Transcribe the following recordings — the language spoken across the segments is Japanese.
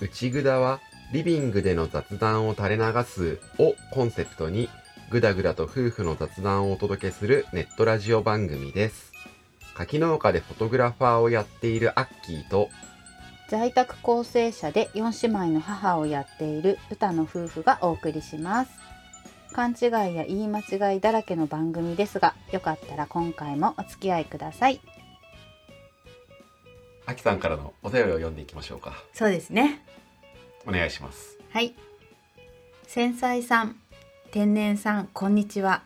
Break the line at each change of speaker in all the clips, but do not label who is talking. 内ぐだはリビングでの雑談を垂れ流すをコンセプトにぐだぐだと夫婦の雑談をお届けするネットラジオ番組です柿農家でフォトグラファーをやっているアッキーと
在宅構成者で4姉妹の母をやっている歌の夫婦がお送りします勘違いや言い間違いだらけの番組ですがよかったら今回もお付き合いください
アキさんからのお便りを読んでいきましょうか
そうですね
お願いします
はい繊細さん天然さんこんにちは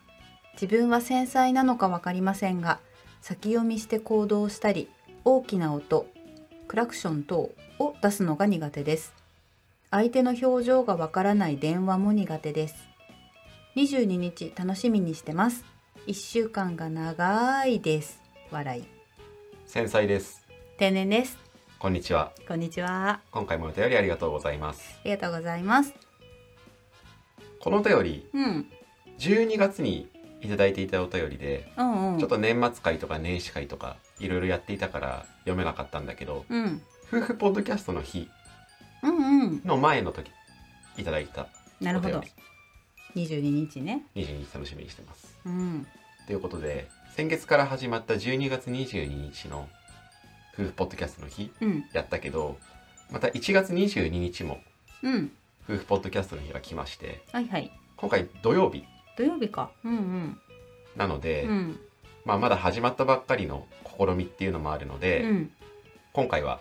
自分は繊細なのかわかりませんが先読みして行動したり大きな音クラクション等を出すのが苦手です相手の表情がわからない電話も苦手です22日楽しみにしてます1週間が長いです笑い
繊細です
天然です
こんにちは
こんにちは
今回もお便りありがとうございます
ありがとうございます
このお便り
うん
12月にいただいていたお便りで
うんうん
ちょっと年末会とか年始会とかいろいろやっていたから読めなかったんだけど
うん
夫婦ポッドキャストの日
うんうん
の前の時いただいた
なるほ
お
ど
便
22日ね
り22日楽しみにしてます
うん
ということで先月から始まった12月22日の夫婦ポッドキャストの日
うん
やったけどまた1月22日も
うん
夫婦ポッドキャストの日が来まして
はいはい
今回土曜日
土曜日かうん
なので、
うんうん
まあ、まだ始まったばっかりの試みっていうのもあるの
う
で、
ん
今回は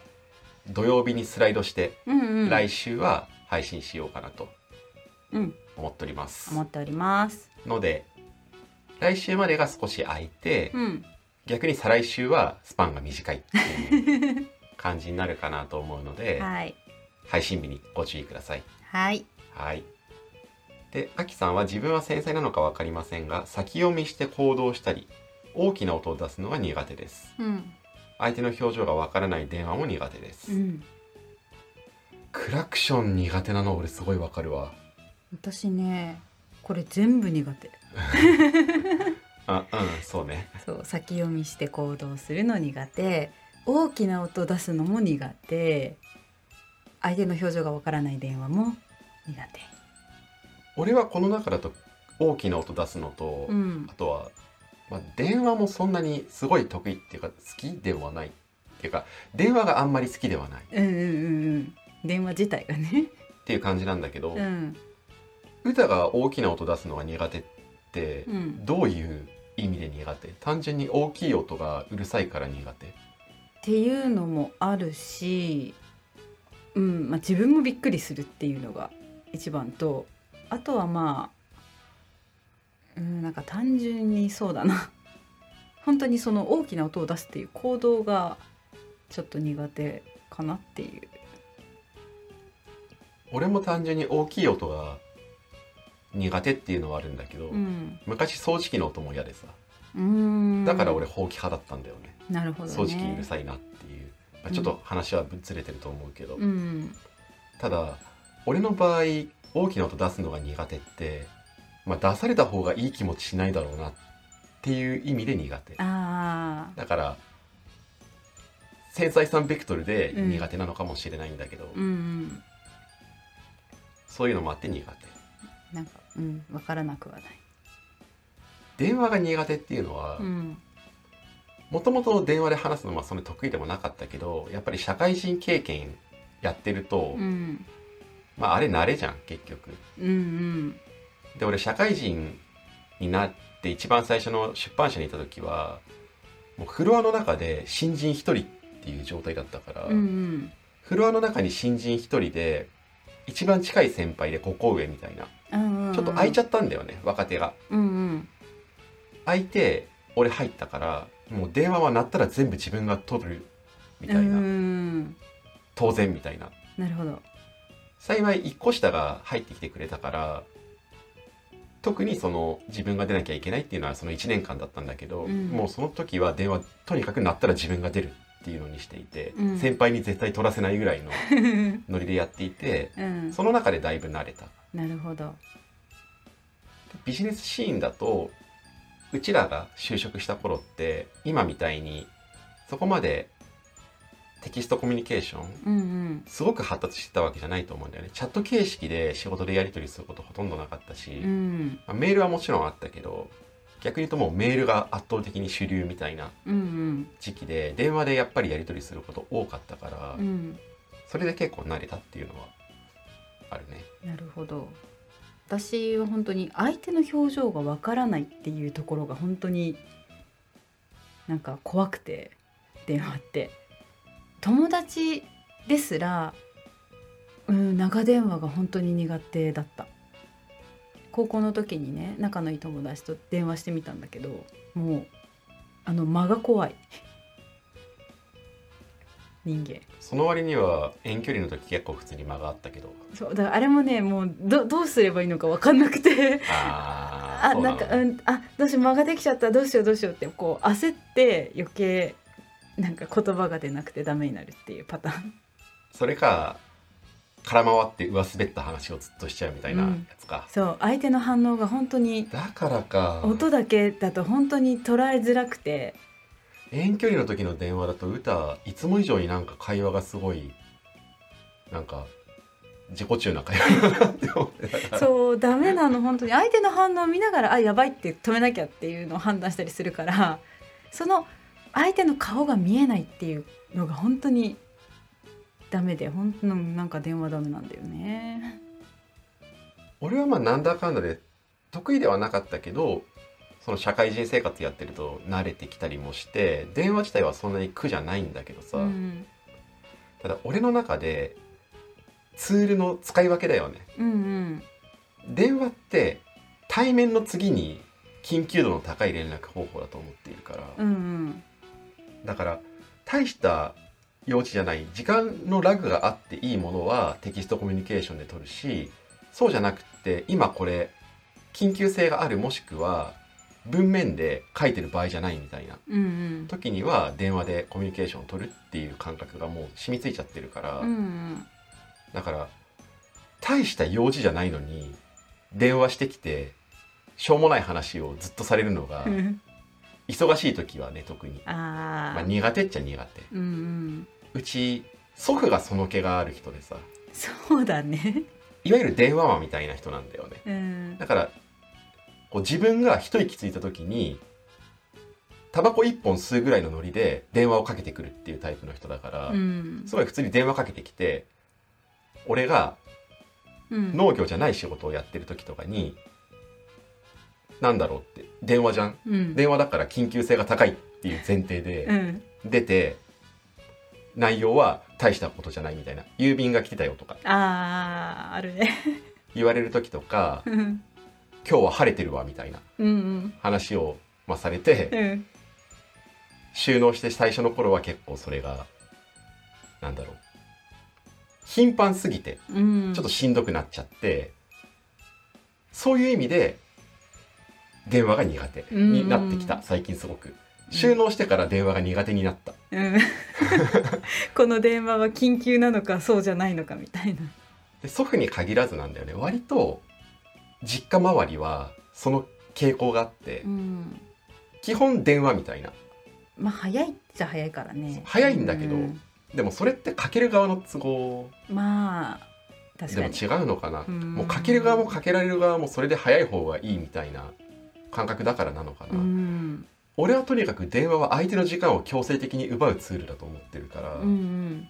土曜日にスライドして
うんうん
来週は配信しようかなと
うん
思っております、
思っております
ので来週までが少し空いて、
うん
逆に再来週はスパンが短いっていう感じになるかなと思うので、
はい
配信日にご注意ください
はい
はいでアキさんは自分は繊細なのか分かりませんが先読みして行動したり大きな音を出すのが苦手です
うん
相手の表情が分からない電話も苦手です、
うん
クラクション苦手なの俺すごい分かるわ
私ねこれ全部苦手
あうんそうね
そう先読みして行動するの苦手大きな音出すのも苦手相手の表情がわからない電話も苦
俺はこの中だと大きな音出すのと、
手うん
あとは、まあ、電話もそんなにすごい得意っていうか好きではないっていうか電話があんまり好きではないっ
うんうんうんうん電話自体がね
ていう感じなんだけど、
うん
歌が大きな音出すのが苦手って
うん
どういう意味で苦手単純に大きい音がうるさいから苦手
っていうのもあるし、うんまあ、自分もびっくりするっていうのが一番とあとはまあ、うん、なんか単純にそうだな 本当にその大きな音を出すっていう行動がちょっと苦手かなっていう。
俺も単純に大きい音が苦手っていうのはあるんだけど、
うん、
昔掃除機の音も嫌でさ
うん
だから俺ほうき派だったんだよね、
なるほど、ね、
掃除機うるさいなっていう、まあ、ちょっと話はずれてると思うけど、
うん
ただ俺の場合大きな音出すのが苦手って、まあ、出された方がいい気持ちしないだろうなっていう意味で苦手
ああ
だから繊細さんベクトルで苦手なのかもしれないんだけど、
うん
そういうのもあって苦
なんかうんわからなくはない。
手電話が苦手っていうのは
うん
もともと電話で話すのはそんな得意でもなかったけどやっぱり社会人経験やってると、
うん
まああれ慣れじゃん結局
うんうん
で俺社会人になって一番最初の出版社にいた時はもうフロアの中で新人一人っていう状態だったから、
うんうん
フロアの中に新人一人で一番近い先輩で5個上みたいな
うんうん
ちょっと空いちゃったんだよね、若手が
うんうん
空いて俺入ったからもう電話は鳴ったら全部自分が取るみたいな、
うん
当然みたいな
なるほど
幸い1個下が入ってきてくれたから特にその自分が出なきゃいけないっていうのはその1年間だったんだけど、
うん
もうその時は電話とにかく鳴ったら自分が出るっていうのにしていて、
うん
先輩に絶対取らせないぐらいのノリでやっていて
うん
その中でだいぶ慣れた
なるほど
ビジネスシーンだとうちらが就職した頃って今みたいにそこまでテキストコミュニケーション
うんうん
すごく発達してたわけじゃないと思うんだよねチャット形式で仕事でやり取りすることほとんどなかったし、
うん
まあメールはもちろんあったけど逆に言うともうメールが圧倒的に主流みたいな
うん
時期で電話でやっぱりやり取りすること多かったから、
うんうん
それで結構慣れたっていうのはあるね
なるほど私は本当に相手の表情がわからないっていうところが本当になんか怖くて電話って友達ですら、うん、長電話が本当に苦手だった高校の時にね仲のいい友達と電話してみたんだけどもうあの間が怖い人間
その割には遠距離の時結構普通に間があったけ ど
そうだからあれもねもうどどうすればいいのか分かんなくて
あー
あ
そう
なん
の
かうんあどうしよう間ができちゃったどうしようどうしようってこう焦って余計なんか言葉が出なくてダメになるっていうパタ ーン
それか空回って上滑った話をずっとしちゃうみたいなやつか、
そう相手の反応が本当に
だからか
音だけだと本当に捉えづらくて
遠距離の時の電話だと歌いつも以上になんか会話がすごいなんか自己中な会話だなって思って たから
そうダメなの本当に相手の反応を見ながらあやばいって止めなきゃっていうのを判断したりするからその相手の顔が見えないっていうのが本当にダメで本当になんか電話ダメなんだよね。
俺はまあなんだかんだで得意ではなかったけどその社会人生活やってると慣れてきたりもして電話自体はそんなに苦じゃないんだけどさ、
うん、
ただ俺の中でツールの使い分けだよね
うんうん
電話って対面の次に緊急度の高い連絡方法だと思っているから、
うんうん
だから大した用地じゃない時間のラグがあっていいものはテキストコミュニケーションで取るしそうじゃなくって今これ緊急性があるもしくは文面で書いてる場合じゃないみたいな
うんうん
時には電話でコミュニケーションを取るっていう感覚がもう染みついちゃってるから、
うんうん
だから大した用事じゃないのに電話してきてしょうもない話をずっとされるのが
うん
忙しい時はね特に、
あ
まあ、
ー
苦手っちゃ苦手。
うんうん
うち祖父がその気がある人でさ
そうだね。
いわゆる電話魔みたいな人なんだよね
うん
だからこう自分が一息ついた時にタバコ一本吸うぐらいのノリで電話をかけてくるっていうタイプの人だから、
うん
すごい普通に電話かけてきて俺が
うん
農業じゃない仕事をやってる時とかになんだろうって電話じゃん
うん
電話だから緊急性が高いっていう前提で、
うん
出て内容は大したことじゃないみたいな郵便が来てたよとか
あーあるね。
言われる時と か
うん
今日は晴れてるわみたいな
うん
話を、まあ、され て
うん
収納して最初の頃は結構それがなんだろう頻繁すぎて
うん
ちょっとしんどくなっちゃって、そういう意味で電話が苦手になってき
うん
た最近すごく収納してから電話が苦手になった
うん この電話は緊急なのかそうじゃないのかみたいな。
で祖父に限らずなんだよね割と実家周りはその傾向があって、
ん、
基本電話みたいな
まあ早いっちゃ早いからね。
早いんだけど
うん
でもそれってかける側の都合
まあ確
でも
かに。
違うのかな
うん
もうかける側もかけられる側もそれで早い方がいいみたいな感覚だからなのかな、
うん
俺はとにかく電話は相手の時間を強制的に奪うツールだと思ってるから、
うんうん、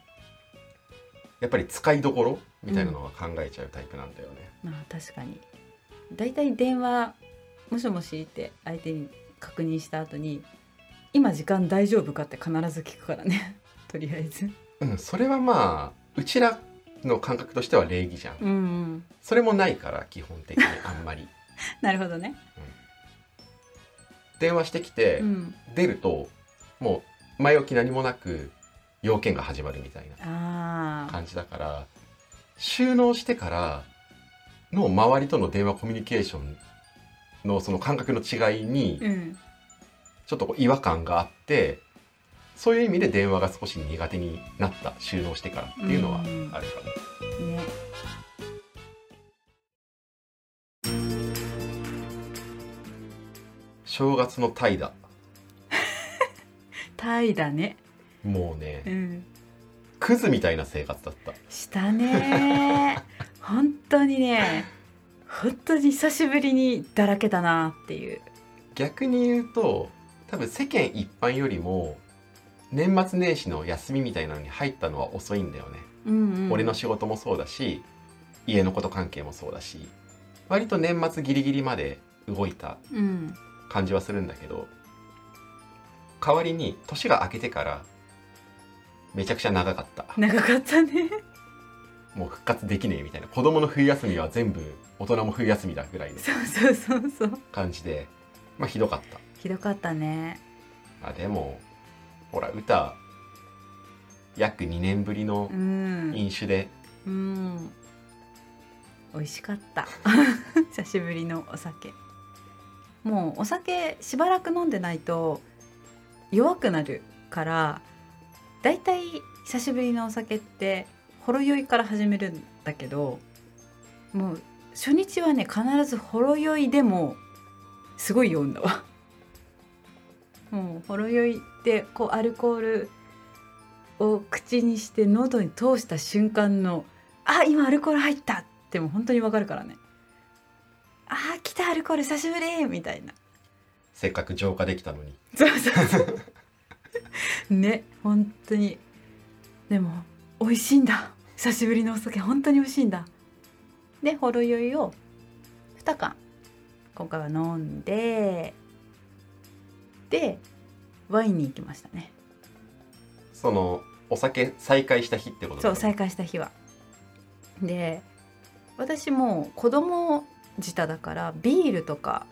やっぱり使いどころみたいなのは考えちゃうタイプなんだよね、
まあ確かに。だいたい電話もしもしって相手に確認した後に今時間大丈夫かって必ず聞くからね とりあえず。
うん、それはまあうちらの感覚としては礼儀じゃん
うんうん、
それもないから基本的にあんま り
なるほどね。
電話してきて、
うん、
出るともう前置き何もなく要件が始まるみたいな
ああ
感じだから収納してからの周りとの電話コミュニケーションのその感覚の違いに
ーうん
ちょっとこう違和感があってそういう意味で電話が少し苦手になった収納してからっていうのはあるかも。
ね
正月の怠惰
タイだね
もうね
うん
クズみたいな生活だった
したね 本当にね本当に久しぶりにだらけたなっていう
逆に言うと多分世間一般よりも年末年始の休みみたいなのに入ったのは遅いんだよね、
うんうん
俺の仕事もそうだし家のこと関係もそうだし割と年末ギリギリまで動いた
うん
感じはするんだけど代わりに年が明けてからめちゃくちゃ長かった
長かったね
もう復活できねえみたいな子供の冬休みは全部大人も冬休みだぐらいの
そうそうそうそう
感じでまあひどかった
ひどかったね
まあでもほら歌約2年ぶりの
うん
飲酒で
うん美味しかった 久しぶりのお酒もうお酒しばらく飲んでないと弱くなるからだいたい久しぶりのお酒ってほろ酔いから始めるんだけどもう初日はね必ずほろ酔いでもすごい酔うんだわ もうほろ酔いってこうアルコールを口にして喉に通した瞬間の「あ今アルコール入った!」ってもう本当にわかるからね「あー来たアルコール久しぶり!」みたいな
せっかく浄化できたのに
そうそうそう ね本当にでも美味しいんだ久しぶりのお酒本当に美味しいんだでほろ酔いを2缶今回は飲んででワインに行きましたね
そのお酒再開した日ってこと
そう
だ
再
ね
開した日はで私もう子供舌だからビールとか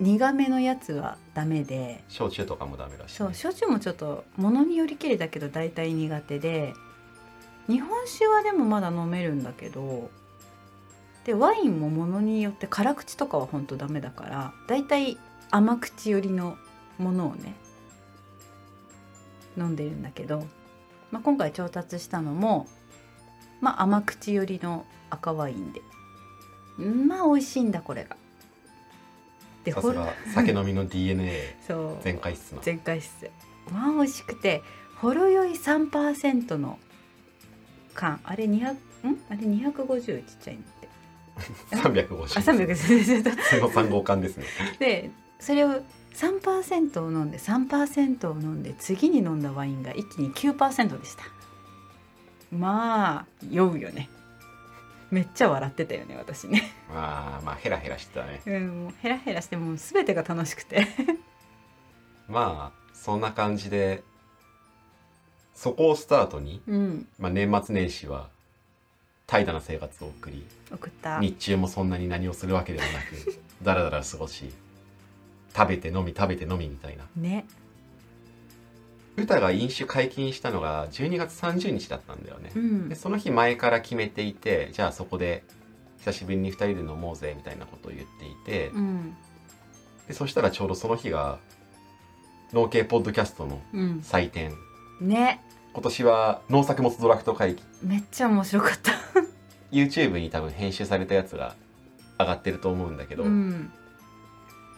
苦めのやつはダメで
焼酎とかもダメだしね、
そう焼酎もちょっとものによりきりだけど大体苦手で日本酒はでもまだ飲めるんだけどでワインもものによって辛口とかはほんとダメだから大体甘口寄りのものをね飲んでるんだけど、まあ、今回調達したのも、まあ、甘口寄りの赤ワインでうんまあ美味しいんだこれが。で
さ
ほ
す
ら
が酒飲みの DNA
そう
全開っすな
全開室まあ美味しくてほろ酔い3%の缶あれ200んあれ250ちっちゃいのってあ
350
350
その3号館ですね
でそれを3%を飲んで3%を飲んで次に飲んだワインが一気に9%でしたまあ酔うよねめっちゃ笑ってたよね私ね
まあまあヘラヘラしてたね
うんもうヘラヘラしてもう全てが楽しくて
まあそんな感じでそこをスタートに、
うん
まあ、年末年始は怠惰な生活を送り
送った
日中もそんなに何をするわけでもなく だらだら過ごし食べて飲み食べて飲みみたいな
ね
歌が飲酒解禁したのが12月30日だったんだよね
う、
で
ん
その日前から決めていてじゃあそこで久しぶりに2人で飲もうぜみたいなことを言っていて、
うん
でそしたらちょうどその日が農系ポッドキャストの
うん
祭典
ね
今年は農作物ドラフト会議
めっちゃ面白かった
YouTube に多分編集されたやつが上がってると思うんだけど、
うん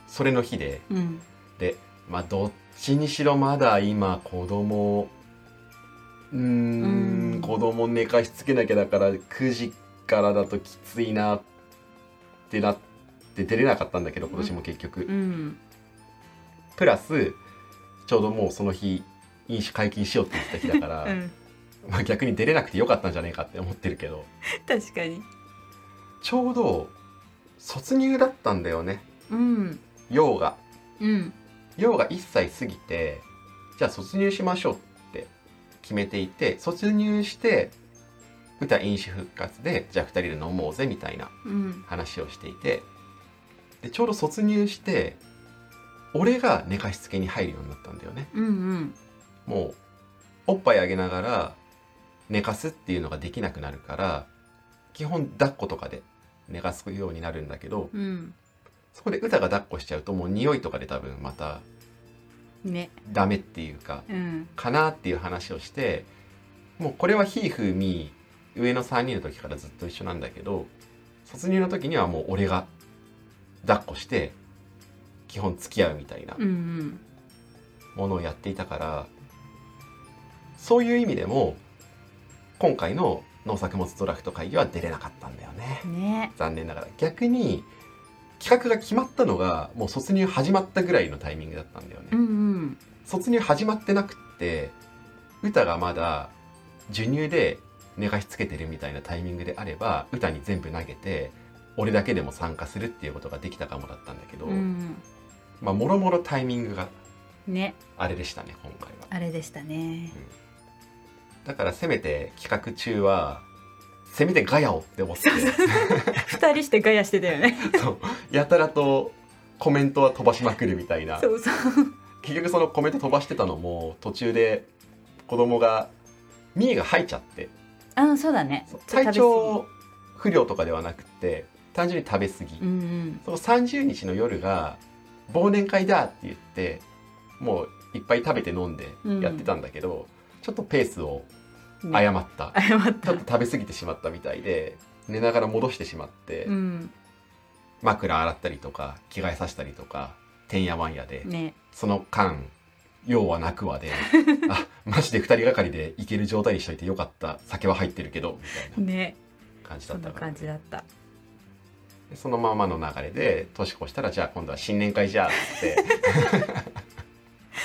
それの日で
うん
でまあどっちにしろまだ今子供うーん
うん
子供寝かしつけなきゃだから9時からだときついなってなって出れなかったんだけど今年も結局、
うん
プラスちょうどもうその日飲酒解禁しようって言ってた日だから、
うん
まあ逆に出れなくてよかったんじゃねえかって思ってるけど
確かに
ちょうど卒入だったんだよね
うん
用が
うん
用が1歳過ぎてじゃあ卒入しましょうって決めていて卒入して歌飲酒復活でじゃあ2人で飲もうぜみたいな
うん
話をしていてでちょうど卒入して俺が寝かしつけに入るようになったんだよね
うんうん
もうおっぱいあげながら寝かすっていうのができなくなるから基本抱っことかで寝かすようになるんだけど
うん
そこで歌が抱っこしちゃうともう匂いとかで多分また
ね
ダメっていうか
うん
かなっていう話をしてもうこれはひーふーみー上の3人の時からずっと一緒なんだけど卒入の時にはもう俺が抱っこして基本付き合うみたいな
うんうん
ものをやっていたからそういう意味でも今回の農作物ドラフト会議は出れなかったんだよね
ね
残念ながら逆に企画が決まったのがもう卒入始まったぐらいのタイミングだったんだよね、
うんうん
卒乳始まってなくって歌がまだ授乳で寝かしつけてるみたいなタイミングであれば歌に全部投げて俺だけでも参加するっていうことができたかもだったんだけど、
うん
まあもろもろタイミングが
ね
あれでしたね今回は
あれでしたね
だからせめて企画中はせめてガヤをって思 って
二人してガヤしてたよね
そうやたらとコメントは飛ばしまくるみたいな
そうそう
結局そのコメント飛ばしてたのも途中で子供がミーが吐いちゃって
あそうだね
そう体調不良とかではなくて単純に食べ過ぎ、
うんうん
その30日の夜が忘年会だって言ってもういっぱい食べて飲んでやってたんだけど、ちょっとペースを
ね
誤った、
謝っ
ちょ
た
っと食べ過ぎてしまったみたいで寝ながら戻してしまって、
うん
枕洗ったりとか着替えさせたりとかてんやわんやで、
ね
その間要は泣く わであマジで2人がかりでいける状態にしといてよかった酒は入ってるけどみたいな
ね
感じだ
そ
っ
ん
た
な
から、
感じだった
でそのままの流れで年越したらじゃあ今度は新年会じゃあっつって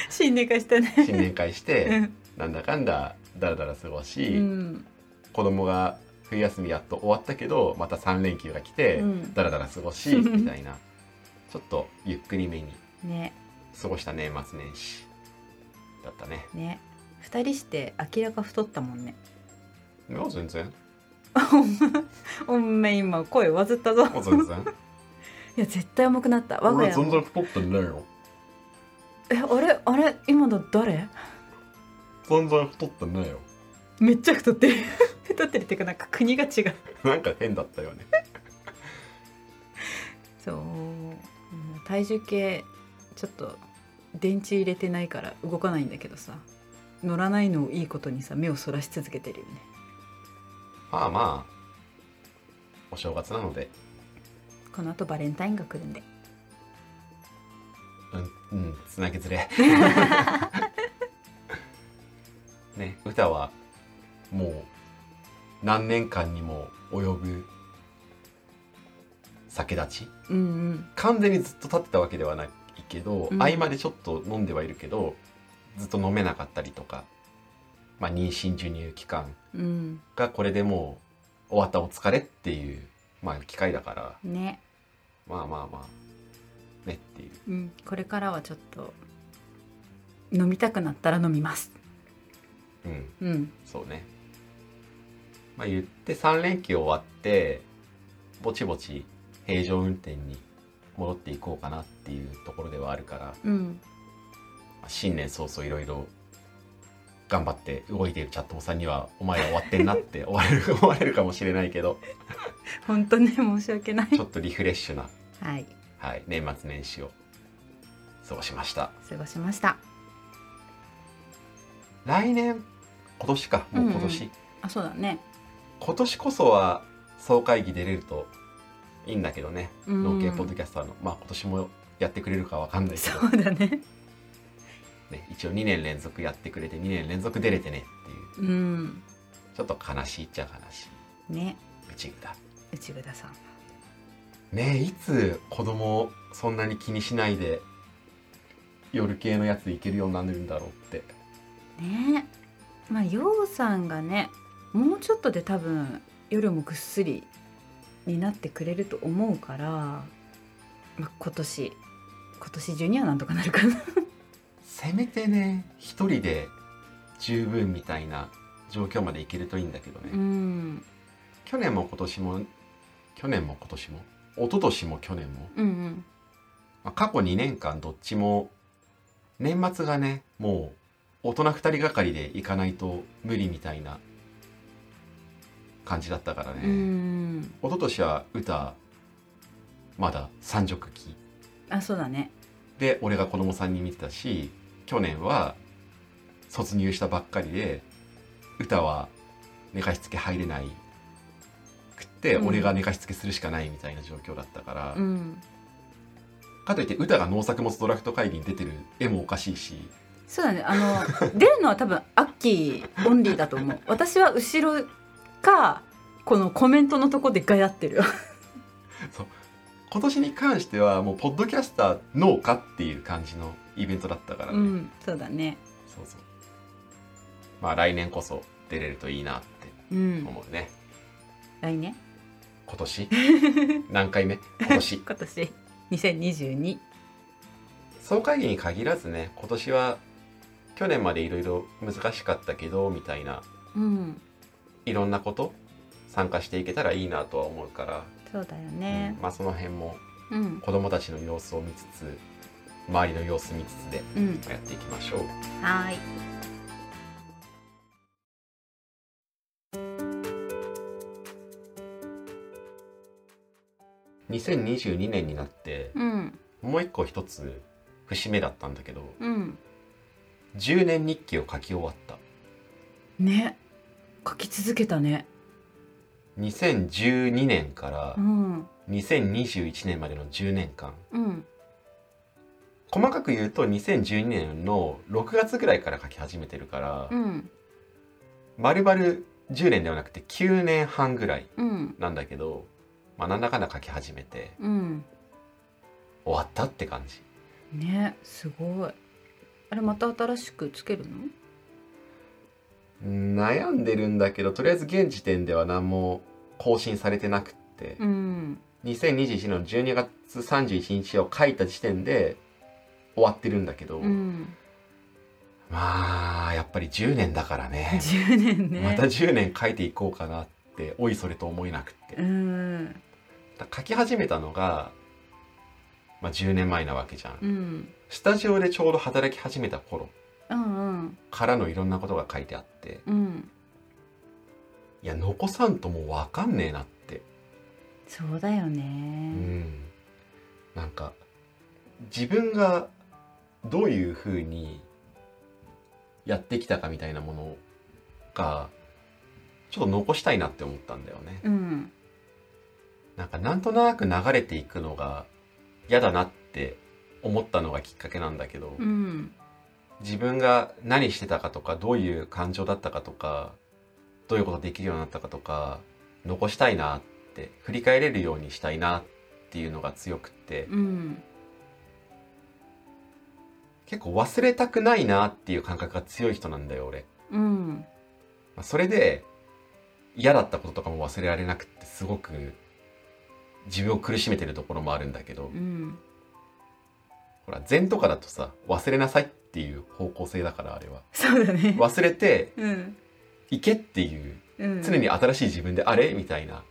新年会したね
新年会し
う
て
ん
なんだかんだだらだら過ごし、
うん
子供が冬休みやっと終わったけどまた3連休が来て
うん
だらだら過ご しみたいなちょっとゆっくりめに
ね
過ごした年末年始だったね。
ね二人して明らか太ったもんね
いや全然
おめえ今声わずったぞ
もう全然
いや絶対重くなった我が
俺
家
全
の
然太ってねえよ
えあれあれ今の誰
全然太ってねえよ
めっちゃ太ってる 太ってるっていうかなんか国が違う
なんか変だったよね
そうもう体重計ちょっと電池入れてないから動かないんだけどさ乗らないのをいいことにさ目をそらし続けてるよね
まあまあお正月なので
この後バレンタインが来るんで
うん、うん、つなぎず れ。ね、歌はもう何年間にも及ぶ酒立ち
うんうん
完全にずっと立ってたわけではないけど、
うん
合間でちょっと飲んではいるけどずっと飲めなかったりとか、まあ、妊娠授乳期間
うん
がこれでもう終わったお疲れっていう、まあ、機会だから
ね、
まあまあまあねっていう
うん、これからはちょっと飲みたくなったら飲みます
うん
うん
そうね。まあ言って3連休終わって、ぼちぼち平常運転に戻っていこうかなっていうところではあるから、
うん
まあ新年早々いろいろ頑張って動いているチャットさんには、お前ら終わってんなって 終われる、思われるかもしれないけ ど、
本当ね申し訳ない
ちょっとリフレッシュな、
はい
はい、年末年始を過ごしました。
過ごしました
来年、今年か、もう今年。
うんあそうだね
今年こそは総会議出れるといいんだけどね。
うん
農系ポッドキャスターの、まあ今年もやってくれるかわかんないけ
そ
ど、
うだね
ね、一応2年連続やってくれて2年連続出れてねっていう
うん
ちょっと悲しいっちゃ悲しい
ね
うちだ
内田さん
ねえいつ子供をそんなに気にしないで夜系のやつでいけるようになるんだろうって
ねまあようさんがねもうちょっとで多分夜もぐっすりになってくれると思うから、まあ、今年今年中にはなんとかなるかな
せめてね一人で十分みたいな状況までいけるといいんだけどね、
うん
去年も今年も去年も今年も一昨年も去年も
うんうん
まあ、過去2年間どっちも年末がねもう大人2人がかりで行かないと無理みたいな感じだったからね、
うん
一昨年は歌まだ三色期
あそうだね
で俺が子供さんに見てたし去年は卒入したばっかりで歌は寝かしつけ入れないくって、
うん
俺が寝かしつけするしかないみたいな状況だったから、
うん
かといって歌が農作物ドラフト会議に出てる絵もおかしいし
そうだねあの出るのは多分アッキーオンリーだと思う私は後ろかこのコメントのとこでガヤってるよ
今年に関してはもうポッドキャスター農家っていう感じのイベントだったからね、
うんそうだね
そうそうまあ来年こそ出れるといいなって
うん
思うね、
来年
今 年何回目今年
今年2022
総会議に限らずね今年は去年までいろいろ難しかったけどみたいな
うん
いろんなこと参加していけたらいいなとは思うから、
そうだよ
う
ね
んまあその辺も
うん
子どもたちの様子を見つつ周りの様子見つつで
うん
やっていきましょう。
はーい
2022年になって
うん
もう一個一つ節目だったんだけど
うん
10年日記を書き終わった
ね書き続けたね
2012年から
うん
2021年までの10年間
うん
細かく言うと2012年の6月ぐらいから書き始めてるから、
うん
丸々10年ではなくて9年半ぐらい
うん
なんだけど、まあ、なんだかんだ書き始めて
うん
終わったって感じ
ねすごいあれまた新しくつけるの
悩んでるんだけどとりあえず現時点では何も更新されてなくって、
うん
2021年の12月31日を書いた時点で終わってるんだけど、
うん
まあやっぱり10年だからね
10年ね
また10年書いていこうかなっておいそれと思えなくって、
うん
だ書き始めたのが、まあ、10年前なわけじゃん、
うん
スタジオでちょうど働き始めた頃
うんうん
からのいろんなことが書いてあって
うん
いや残さんともう分かんねえなって
そうだよ
う
ね
んなんか自分がどういうふうにやってきたかみたいなものがちょっと残したいなって思ったんだよね、
うん
なんかなんとなく流れていくのが嫌だなって思ったのがきっかけなんだけど、
うん
自分が何してたかとかどういう感情だったかとかどういうことできるようになったかとか残したいなって振り返れるようにしたいなっていうのが強くって
うん
結構忘れたくないなっていう感覚が強い人なんだよ俺。
うん
まあそれで嫌だったこととかも忘れられなくってすごく自分を苦しめてるところもあるんだけど。
うん
ほら禅とかだとさ忘れなさいっていう方向性だからあれは
そうだね
忘れて
うん
いけっていう
うん
常に新しい自分であれみたいな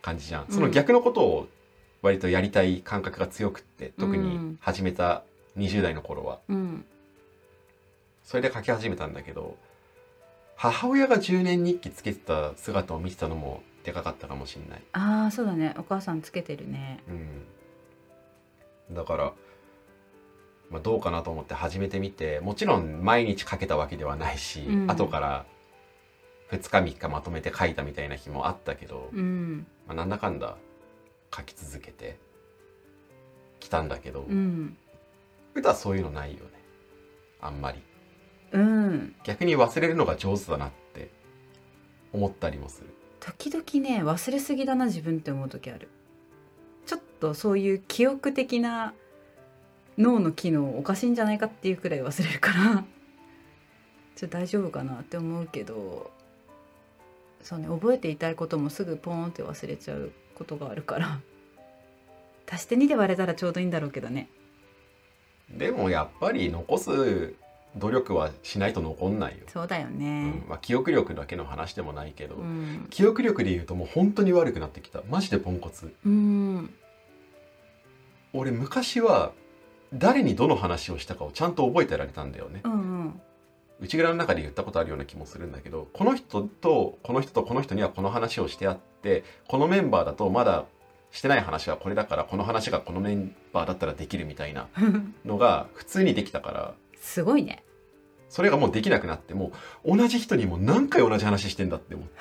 感じじゃんその逆のことを割とやりたい感覚が強くって特
うん
に始めた20代の頃は
うん
それで書き始めたんだけど母親が10年日記つけてた姿を見てたのもでかかったかもしんない
ああそうだねお母さんつけてるね
うん、だから、まあ、どうかなと思って始めてみてもちろん毎日書けたわけではないし、
うん
後から2日3日まとめて書いたみたいな日もあったけど、
うん
まあ、なんだかんだ書き続けてきたんだけど、
うん
歌はそういうのないよねあんまり
うん
逆に忘れるのが上手だなって思ったりもする
時々ね忘れすぎだな自分って思う時あるちょっとそういう記憶的な脳の機能おかしいんじゃないかっていうくらい忘れるからちょっと大丈夫かなって思うけどそうね覚えていたいこともすぐポーンって忘れちゃうことがあるから足して2で割れたらちょうどいいんだろうけどね
でもやっぱり残す努力はしないと残んないよ
そうだよ
うん
ね
まあ、記憶力だけの話でもないけど、
うん
記憶力で言うともう本当に悪くなってきたマジでポンコツ
うん
俺昔は誰にどの話をしたかをちゃんと覚えてられたんだよね
うんうん
内蔵の中で言ったことあるような気もするんだけどこの人とこの人とこの人にはこの話をしてあってこのメンバーだとまだしてない話はこれだからこの話がこのメンバーだったらできるみたいなのが普通にできたから
すごいね
それがもうできなくなってもう同じ人にもう何回同じ話してんだって 思って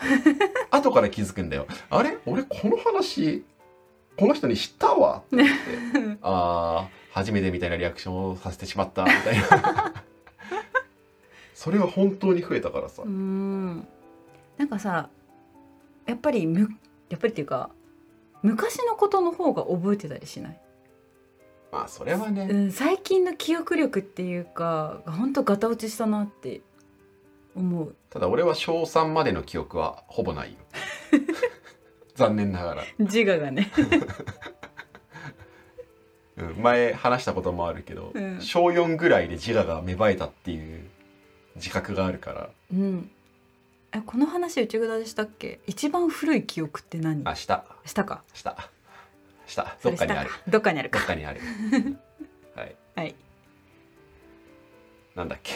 後から気づくんだよあれ俺この話この人にした わって思ってあー初めてみたいなリアクションをさせてしまったみたいな それは本当に増えたからさ、
うんなんかさやっぱりむやっぱりっていうか昔のことの方が覚えてたりしない、
まあそれはね、
うん、最近の記憶力っていうかほんとガタ落ちしたなって思う
ただ俺は小3までの記憶はほぼないよ 残念ながら、
自我がね
うん、前話したこともあるけど、
うん
小4ぐらいで自我が芽生えたっていう自覚があるから
うんえこの話内蔵でしたっけ一番古い記憶って何
あした
したか
したした
そ
どっ
れ
かにあ
し
る
たかどっかにある
ど
か
っかにあ るはい
はい
なんだっけ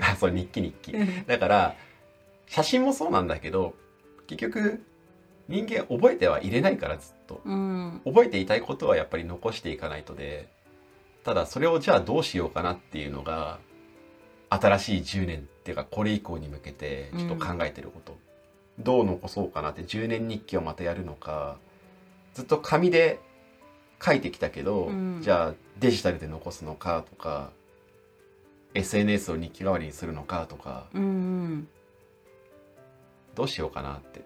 あそう日記日記だから写真もそうなんだけど結局人間覚えてはいれないからずっと
うん
覚えていたいことはやっぱり残していかないとでただそれをじゃあどうしようかなっていうのが新しい10年っていうかこれ以降に向けてちょっと考えてること、どう残そうかなって10年日記をまたやるのかずっと紙で書いてきたけど、
うん
じゃあデジタルで残すのかとか SNS を日記代わりにするのかとか
うんうん
どうしようかなって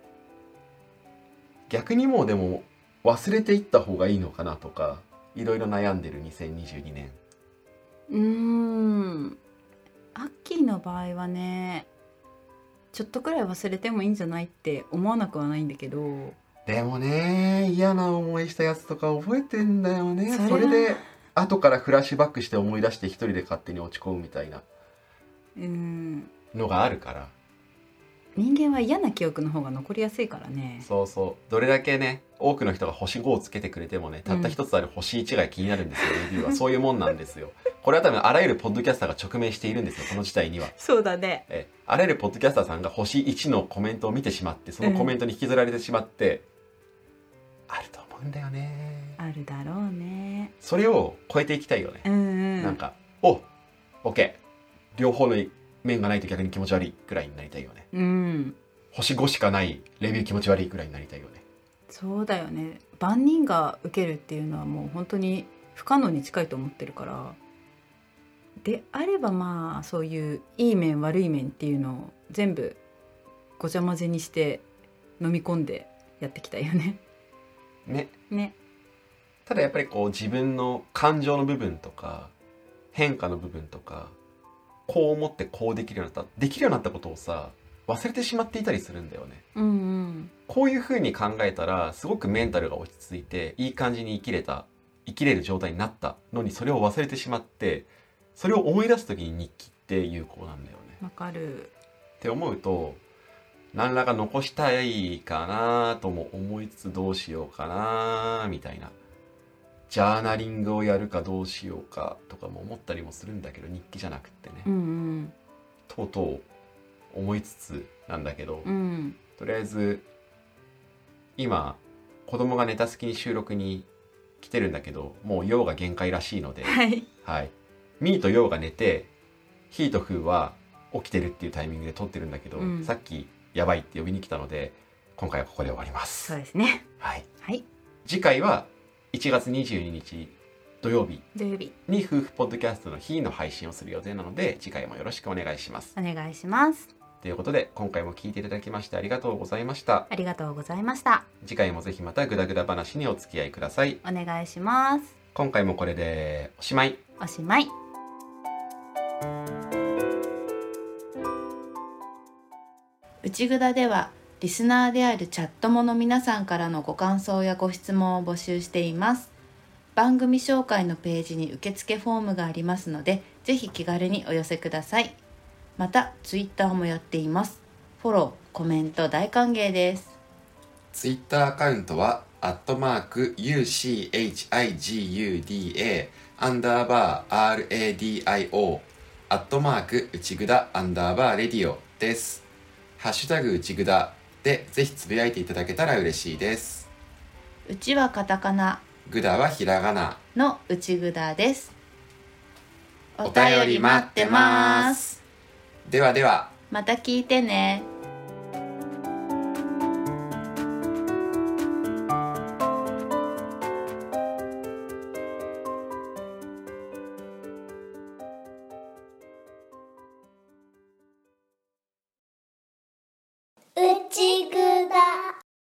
逆にもうでも忘れていった方がいいのかなとかいろいろ悩んでる2022年
うーんアッキーの場合はねちょっとくらい忘れてもいいんじゃないって思わなくはないんだけど
でもね嫌な思いしたやつとか覚えてんだよね
それは
それで後からフラッシュバックして思い出して一人で勝手に落ち込むみたいな
うん
のがあるから
人間は嫌な記憶の方が残りやすいからね
そうそうどれだけね多くの人が星5をつけてくれてもねたった一つある星1が気になるんですよ、レビューはそういうもんなんですよこれは多分あらゆるポッドキャスターが直面しているんですよこの事態には
そうだね
えーあらゆるポッドキャスターさんが星1のコメントを見てしまってそのコメントに引きずられてしまって、あると思うんだよね
あるだろうね
それを超えていきたいよね
う、んうん
なんかおオッケー両方の面がないと逆に気持ち悪いくらいになりたいよね
うん
星5しかないレビュー気持ち悪いくらいになりたいよね
そうだよね万人が受けるっていうのはもう本当に不可能に近いと思ってるからであればまあそういういい面悪い面っていうのを全部ごちゃ混ぜにして飲み込んでやっていきたいよね。
ね
ね。
ただやっぱりこう自分の感情の部分とか変化の部分とかこう思ってこうできるようになったできるようになったことをさ忘れてしまっていたりするんだよね
うんうん。
こういう風に考えたらすごくメンタルが落ち着いていい感じに生きれた生きれる状態になったのにそれを忘れてしまってそれを思い出す時に日記って有効なんだよね。
わかる。
って思うと何らか残したいかなとも思いつつどうしようかなみたいなジャーナリングをやるかどうしようかとかも思ったりもするんだけど日記じゃなくってね、
うん
とうとう思いつつなんだけど、
うん。うん。
とりあえず今子供が寝た隙に収録に来てるんだけどもう陽が限界らしいの で、
はい。
はい、ミーと陽が寝てヒーとフーは起きてるっていうタイミングで撮ってるんだけど、
うん
さっきやばいって呼びに来たので今回はここで終わります。
そうですね。
はい、
はい。
次回は1月22日土曜日
土曜日
に夫婦ポッドキャストの日の配信をする予定なので次回もよろしくお願いします。
お願いします。
ということで今回も聞いていただきましてありがとうございました。
ありがとうございました。
次回もぜひまたグダグダ話にお付き合いください
お願いします。
今回もこれでおしまい
おしまい。
内ぐだではリスナーであるチャットもの皆さんからのご感想やご質問を募集しています番組紹介のページに受付フォームがありますのでぜひ気軽にお寄せくださいまたツイッターもやっていますフォローコメント大歓迎です
ツイッターアカウントはアットマーク UCHIGUDA アンダーバー RADIO アットマーク内ぐだアンダーバーレディオです。ハッシュタグ内ぐだでぜひつぶやいていただけたら嬉しいです。
うちはカタカナ
ぐだはひらがな。
の内ぐだです。。
お便り待ってますではでは。
また聞いてね。